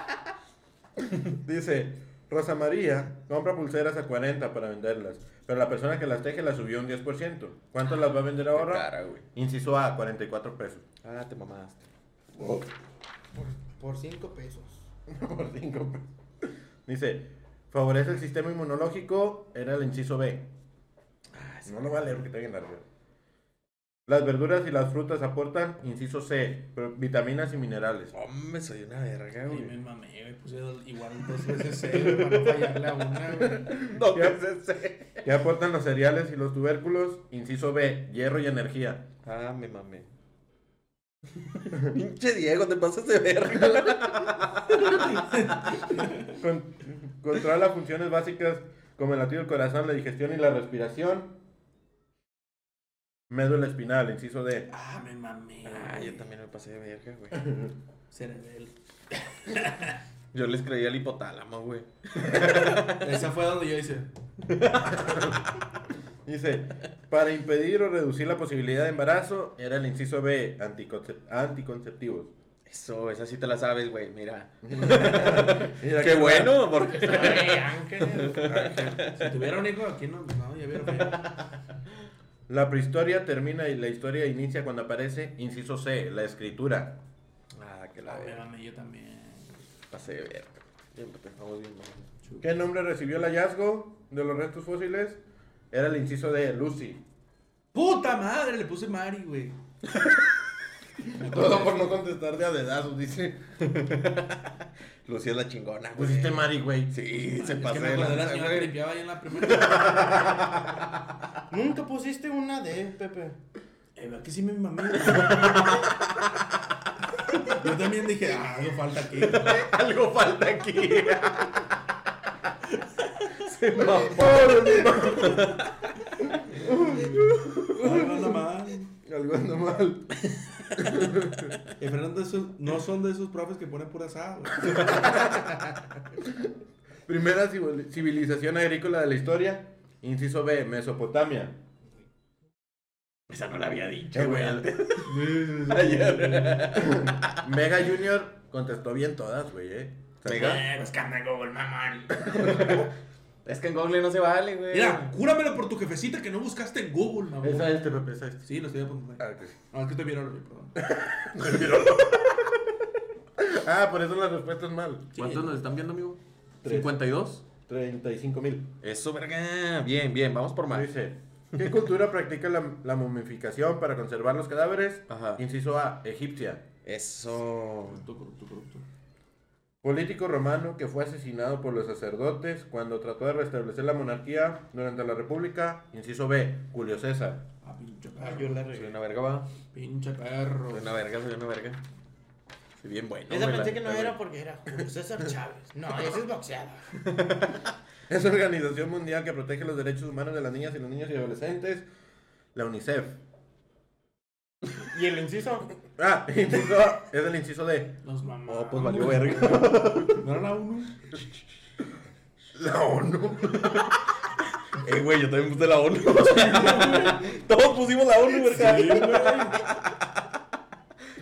A: Dice, Rosa María compra pulseras a 40 para venderlas, pero la persona que las teje las subió un 10%. ¿Cuánto las va a vender ahora?
E: Cara, güey.
A: Inciso A, 44 pesos.
E: Ah, te mamaste.
F: Por, por cinco pesos.
A: Por cinco pesos. Dice, favorece el sistema inmunológico, era el inciso B. no lo va a leer porque está bien largo. Las verduras y las frutas aportan, inciso C, pero vitaminas y minerales.
E: Hombre, soy una verga,
D: Y me
E: güey.
D: mamé, güey. Puse dos- igual dos veces
F: Sí,
D: cero.
F: para no fallarle a una, güey.
E: No,
A: ¿Qué?
E: pues ese.
A: ¿Qué aportan los cereales y los tubérculos? Inciso B, hierro y energía.
E: Ah, me mamé. Pinche Diego, te pasas de verga.
A: Con- controla funciones básicas como el latido del corazón, la digestión y la respiración. Médula espinal, inciso D.
D: Ah, me mamé.
E: Ah,
D: güey.
E: yo también me pasé de verga, güey.
D: Cerebel.
E: Yo les creía el hipotálamo, güey.
D: Esa fue donde yo hice.
A: Dice, para impedir o reducir la posibilidad de embarazo, era el inciso B, anticoncep- anticonceptivos.
E: Eso, esa sí te la sabes, güey. Mira.
A: Mira
E: Qué
A: que
E: bueno, porque.
F: Ay, Ángel.
D: Si tuviera un hijo aquí, no, no ya vieron. güey.
A: La prehistoria termina y la historia inicia cuando aparece inciso C, la escritura.
E: Ah, que la
D: Ah, me
E: verga.
D: mamé, yo también.
E: Pasé de verga. Siempre pensamos bien, mamá.
A: ¿Qué nombre recibió el hallazgo de los restos fósiles? Era el inciso D, Lucy.
D: ¡Puta madre! Le puse Mari, güey.
A: Todo por no contestar de a dedazos, dice.
E: Lucía es la chingona, güey.
A: Pusiste Mari, güey.
E: Sí, se
D: Es
E: pasó
D: que me
E: de
D: acordé de la
E: lanza,
D: señora que
E: güey.
D: limpiaba ahí en la primera.
F: Nunca pusiste una de Pepe.
D: Eh, ¿verdad que sí me mamé? güey? Yo también dije, ah, algo falta aquí.
E: Algo falta aquí. se mamó.
D: Algo anda mal.
A: Algo anda mal.
D: Y Fernando, esos- Eh, no son de esos profes que ponen pura asada, güey.
A: Primera civil- civilización agrícola de la historia. Inciso B, Mesopotamia.
E: Esa no la había dicho,
A: Eh,
E: güey.
A: güey,
E: antes.
A: Mega Junior contestó bien todas, güey, eh. O sea,
E: Mega.
D: Eh, pues que anda Google, mamón.
C: Es que en Google no se vale, güey.
D: Mira, cúramelo por tu jefecita que no buscaste en Google, mamón.
A: Esa este, Pepe, esa este.
D: Sí, lo estoy apuntando.
A: Ah,
D: No, es que estoy viendo, güey, perdón.
A: por eso la respuesta es mal.
C: ¿Cuántos nos están viendo, amigo?
A: Tres.
C: ¿52?
A: 35 mil.
E: Eso, verga. Bien, bien, vamos por más.
A: Dice, ¿Qué cultura practica la, la momificación para conservar los cadáveres?
C: Ajá.
A: Inciso A, egipcia.
C: Eso.
D: Corrupto, corrupto, corrupto.
A: Político romano que fue asesinado por los sacerdotes cuando trató de restablecer la monarquía durante la república. Inciso B, Julio César.
D: Ah, pinche
F: Ah, yo
D: perro.
F: la
C: Soy
F: regué.
C: una verga, va.
D: Pinche perro.
C: Soy una verga, soy una verga. Soy bien bueno.
F: Esa
C: güey,
F: pensé
C: la
F: que no
C: neta,
F: era
C: güey.
F: porque era Julio César Chávez. No, ese es boxeador.
A: Es una organización mundial que protege los derechos humanos de las niñas y los niños y adolescentes. La UNICEF.
F: ¿Y el inciso?
A: Ah, inciso A, es el inciso D.
D: Los mamás.
C: Oh, pues valió verga.
D: ¿No era la ONU?
A: La ONU.
C: Eh, güey, yo también puse la ONU. Todos pusimos la ONU, verga.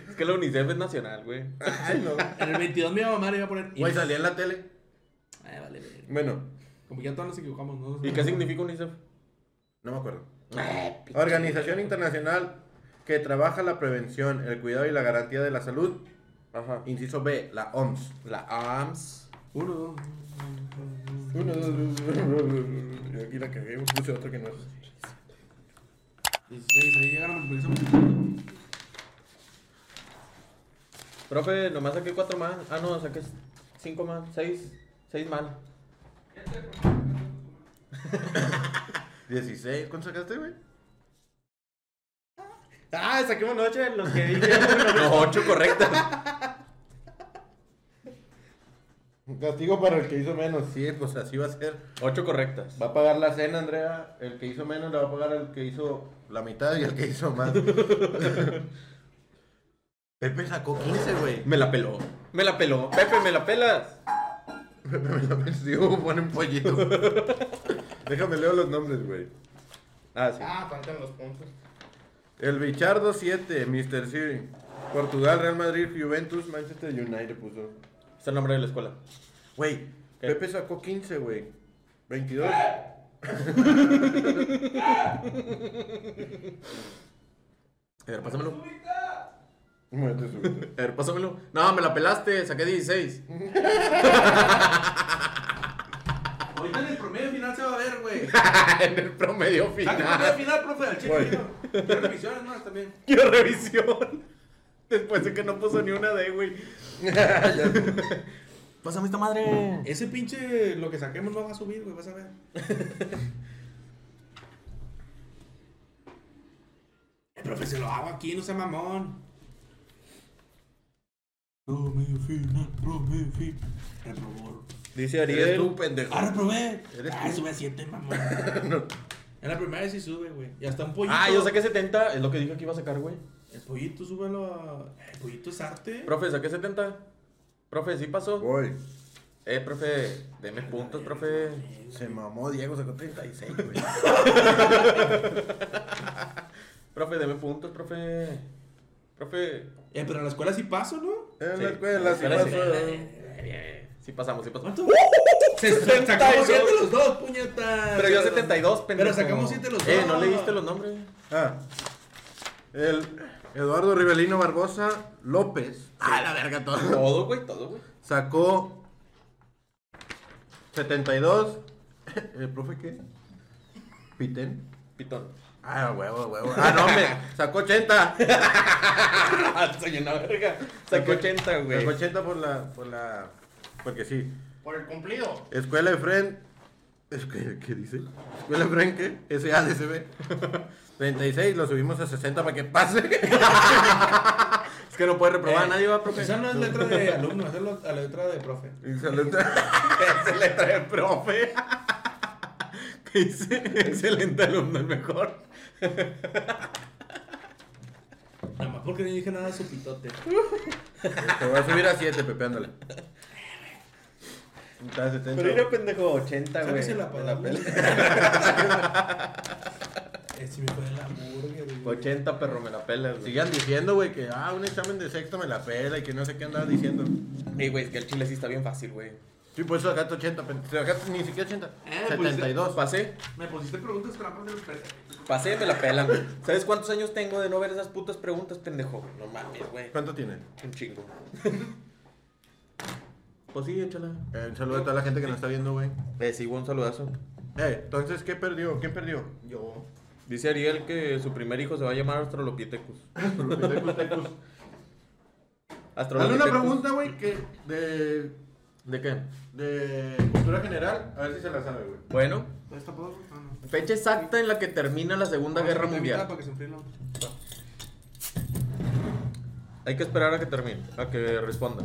C: es que la UNICEF es nacional, güey.
A: Ay, no.
D: En el 22 mi mamá le iba a poner.
A: Güey, salía en la tele.
D: Ay, vale, verga.
A: Bueno,
D: Como que ya todos nos equivocamos, ¿no?
C: ¿Y qué significa UNICEF?
A: no me acuerdo. Organización internacional que trabaja la prevención, el cuidado y la garantía de la salud.
C: Ajá.
A: Inciso B, la OMS.
C: La AMS.
D: Uno, dos.
A: Uno, dos, dos, dos, dos, dos. Yo aquí la cagué, puse otro que no es.
D: 16, ahí llegaron, porque estamos.
C: Profe, nomás saqué cuatro más. Ah, no, saqué cinco más. Seis. Seis mal.
A: 16. ¿Cuánto sacaste, güey?
F: Ah, saquemos noche de los que dije.
C: No, ocho correctas.
A: Castigo para el que hizo menos. Sí, pues así va a ser.
C: Ocho correctas.
A: Va a pagar la cena, Andrea. El que hizo menos la va a pagar el que hizo la mitad y el que hizo más. Pepe sacó 15, güey.
C: Me la peló. Me la peló. Pepe, me la pelas.
A: Pepe me la venció, ponen pollito. Déjame leo los nombres, güey.
C: Ah, sí.
F: Ah, faltan los puntos.
A: El Bichardo 7, Mr. City. Portugal, Real Madrid, Juventus, Manchester United puso.
C: Es el nombre de la escuela.
A: Güey,
C: ¿Qué?
A: Pepe sacó 15, güey. 22.
C: A ver, pásamelo.
A: Muérete, súbete.
C: A ver, pásamelo. No, me la pelaste. Saqué 16.
D: Ahorita en el promedio final se va a ver, güey.
C: en el promedio
D: Saca el promedio
C: final.
D: final, profe, al chico.
A: Güey.
D: quiero- Quiero revisiones más también.
C: Quiero revisión. Después de que no puso ni una D, güey. Pásame esta madre.
D: Ese pinche lo que saquemos no va a subir, güey, vas a ver. Eh, profe, se lo hago aquí, no sea mamón. Promedio final, promedio final. Reprobó.
C: Dice
A: Eres
C: Ariel.
A: tú, pendejo.
D: ¡Ah, reprobé!
A: Eres
D: Ah, sube a 7, mamón. En la primera vez sí sube, güey. Y hasta un pollito.
C: Ah, yo saqué 70. Es lo que dije que iba a sacar, güey.
D: El pollito, súbelo a. El pollito es arte.
C: Profe, saqué 70. Profe, sí pasó.
A: Voy.
C: Eh, profe, deme puntos, profe.
A: Se mamó, Diego sacó 36, güey.
C: Profe, deme puntos, profe. Profe.
D: Eh, pero en la escuela sí paso, ¿no?
A: En
C: Sí.
A: la escuela sí
C: Espérate.
A: pasó.
C: Sí pasamos, sí pasamos.
D: ¿Cuánto? Se sacamos 7 los dos, puñetas.
C: Pero yo 72, pendejo.
D: Pero sacamos 7 los dos.
C: Eh, no leíste los nombres.
A: Ah. El Eduardo Rivelino Barbosa López
C: Ah, la verga, todo. Todo, güey, todo, güey.
A: sacó 72. ¿El profe qué? ¿Piten?
C: Pitón.
A: Ah, huevo, huevo. Ah, no, hombre. Sacó 80.
C: Ah, soy una verga. Saqué 80, güey.
A: Sacó 80 por la, por la... Porque sí.
F: Por el cumplido.
A: Escuela de Fren. es que- ¿Qué dice? Escuela de Fren, ¿qué? SADCB. 36, lo subimos a 60 para que pase. Eh,
C: Es que no puede reprobar a nadie, va, profe.
D: Esa Eh, no es letra de alumno, esa es la- la letra de profe.
A: Excelente.
C: Excelente de profe. ¿Qué hice? Excelente alumno, el mejor.
D: Nada más porque no dije nada de su pitote.
C: Eh,
A: Te voy a subir a 7, Pepe, ándale. Está a 70.
C: pendejo, 80,
D: Sáquesela
C: Me
D: para
C: la
D: la
C: pela.
D: Eh, si me fue el hamburger, güey.
C: 80, perro, me la pela, güey.
A: Sigan diciendo, güey, que ah, un examen de sexto me la pela y que no sé qué andaba diciendo.
C: Ey, güey, es que el chile sí está bien fácil, güey.
A: Sí, pues sacaste 80, pen- sacaste ni siquiera 80.
D: Eh, pues,
A: 72.
C: Pasé,
D: Me pusiste preguntas trampas de los pendejos.
C: pasé, me la pelan. güey. ¿Sabes cuántos años tengo de no ver esas putas preguntas, pendejo? No mames, güey.
A: ¿Cuánto tiene?
C: Un chingo. Pues sí, échala.
A: Eh, un saludo a toda la
C: Eh,
A: gente que nos está viendo, güey.
C: Le sigo un saludazo.
A: Eh, entonces, ¿qué perdió? ¿Quién perdió?
F: Yo.
E: Dice Ariel que su primer hijo se va a llamar Australopithecus.
A: Dale
E: Australopithecus.
A: una pregunta, güey, que de,
C: ¿De qué?
A: de cultura general, a ver si se la sabe, güey.
C: Bueno,
D: ¿Está todo? Ah, no.
C: fecha exacta en la que termina la Segunda Guerra
D: Vamos a terminar
C: Mundial.
D: Para que se enfríe la otra.
E: Hay que esperar a que termine, a que responda.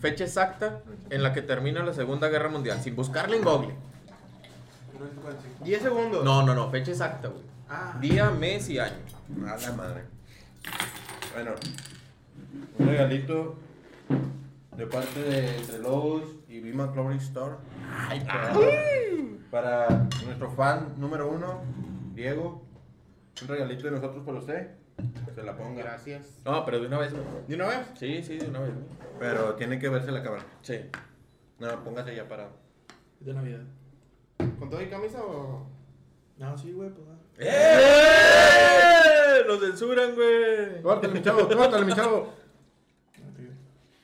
C: Fecha exacta en la que termina la Segunda Guerra Mundial, sin buscarle en Google.
D: 1945.
F: 10 segundos.
C: No, no, no, fecha exacta, güey.
D: Ah,
C: Día, mes y año.
A: A la madre. Bueno, un regalito de parte de Entre Lobos y Vima Clover Store. para, ah. para nuestro fan número uno, Diego. Un regalito de nosotros por usted. Se la ponga.
F: Gracias.
C: No, pero de una vez, güey.
F: ¿De una vez?
C: Sí, sí, de una vez, güey.
A: Pero tiene que verse la cámara.
C: Sí.
A: No, póngase ya para.
D: de Navidad.
F: ¿Con todo y camisa o.?
D: No, sí, güey, pues. ah.
C: ¡Eh! Lo censuran, güey.
A: Córtale, mi chavo, córtale, mi chavo.
D: No te creas.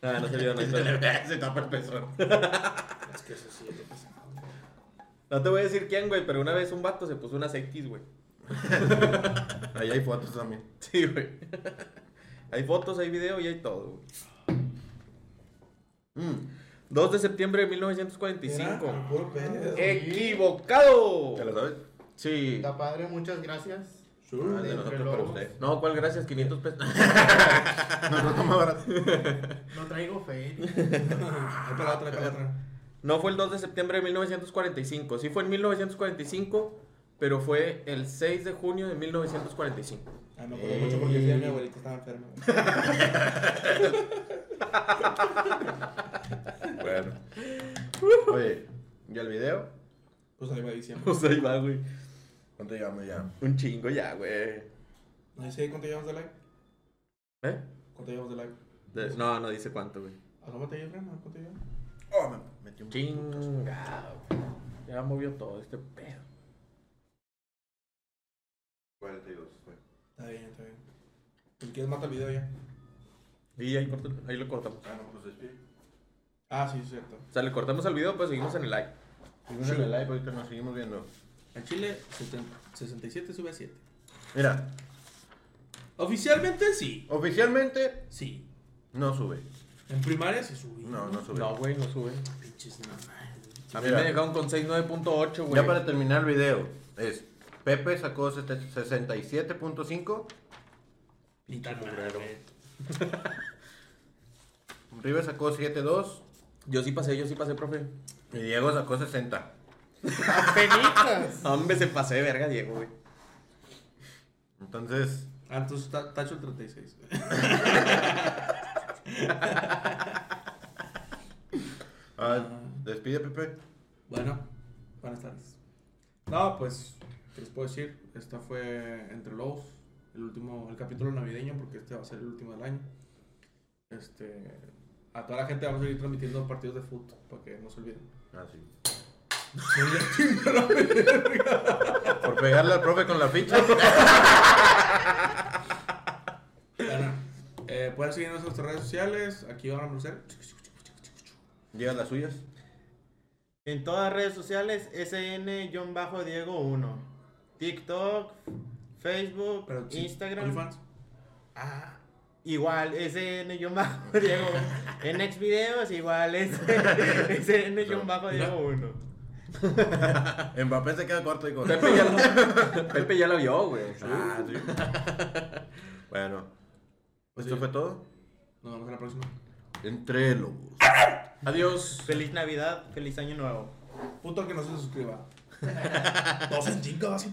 C: Ah, no salió, no salió.
A: Se tapa el peso.
D: Es que eso sí, es lo que pasa.
C: No te voy a decir quién, güey, pero una vez un vato se puso unas X, güey.
A: Ahí hay fotos también.
C: Sí, güey. Hay fotos, hay video y hay todo, güey. Mm. 2 de septiembre de
D: Era
C: 1945.
D: al puro pedo.
C: Eh. ¡Equivocado!
A: ¿Te la sabes?
C: Sí.
F: Está padre, muchas gracias.
D: Sí.
A: Ah,
F: Entre
A: de nosotros para
F: Lobos.
A: usted.
C: No, ¿cuál gracias? 500 pesos.
A: No, no, toma barato.
F: No traigo fe.
D: Ahí para la otra, ahí para la otra.
C: No fue el 2 de septiembre de 1945. Sí fue en 1945, pero fue el 6 de junio de 1945.
D: Ah, me acuerdo mucho porque ese día mi abuelita estaba enferma. güey.
A: Bueno. Oye, ¿y el video?
D: Pues ahí va diciembre.
C: Pues ahí va, güey.
A: ¿Cuánto llevamos ya?
C: Un chingo ya, güey.
D: No sé cuánto llevamos de like.
C: ¿Eh?
D: ¿Cuánto llevamos de like?
C: De- No, no dice cuánto, güey.
D: Asómate ahí, Fran, a ver ¿cuánto llevamos?
A: Oh, me metí un
C: Chingado. güey. Ya movió todo este pedo.
A: 42, güey.
D: Está bien, está bien. ¿Y quieres mata el video ya?
C: Y ahí, corta- ahí lo cortamos.
A: Ah, no, pues despide.
D: Ah, sí, es cierto.
C: O sea, le cortamos al video, pues seguimos en el like.
A: Seguimos en el live, Pues ahorita nos seguimos viendo.
D: En Chile, 70 67 sube a 7.
A: Mira,
D: Oficialmente sí.
A: oficialmente
D: Sí.
A: no sube.
D: En primaria sí subí.
A: No, no sube.
C: No, güey, no sube.
D: Pinches mamadas.
C: A mí
A: Mira.
C: me dejaron con 6.9.8, güey.
A: ya para terminar el video, es Pepe sacó 67.5,
D: Ni tan mal, güey.
A: River sacó 7.2
C: Yo sí pasé, yo sí pasé, profe.
A: y Diego sacó 60.
F: ¡Penitas!
C: Hombre, se pasé de verga, Diego, güey.
A: Entonces,
D: Ah, entonces ta- tacho el 36.
A: ah, despide Pepe.
D: Bueno, buenas tardes. No, pues, ¿qué les puedo decir? Esta fue Entre Lobos, el último, el capítulo navideño, porque este va a ser el último del año. Este, a toda la gente vamos a ir transmitiendo partidos de fútbol, para que no se olviden.
A: Ah, sí. Por pegarle al profe con la ficha.
D: Bueno, eh, pueden seguirnos en nuestras redes sociales, aquí van a aparecer.
A: Llegan las suyas.
F: En todas redes sociales, SN-Diego1. TikTok, Facebook,
D: Pero sí,
F: Instagram.
D: OnlyFans.
F: Igual, SN-Diego. En next videos, igual, SN-Diego1.
A: Mbappé se queda corto y con.
C: Pepe ya lo, Pepe ya lo vio, güey.
A: Ah, sí. bueno,
D: Pues
A: esto
D: sí.
A: fue todo.
D: Nos vemos en la próxima.
A: Entre lobos.
C: Adiós.
F: Feliz Navidad, feliz Año Nuevo.
D: Puto que no se suscriba. No se chinga, así.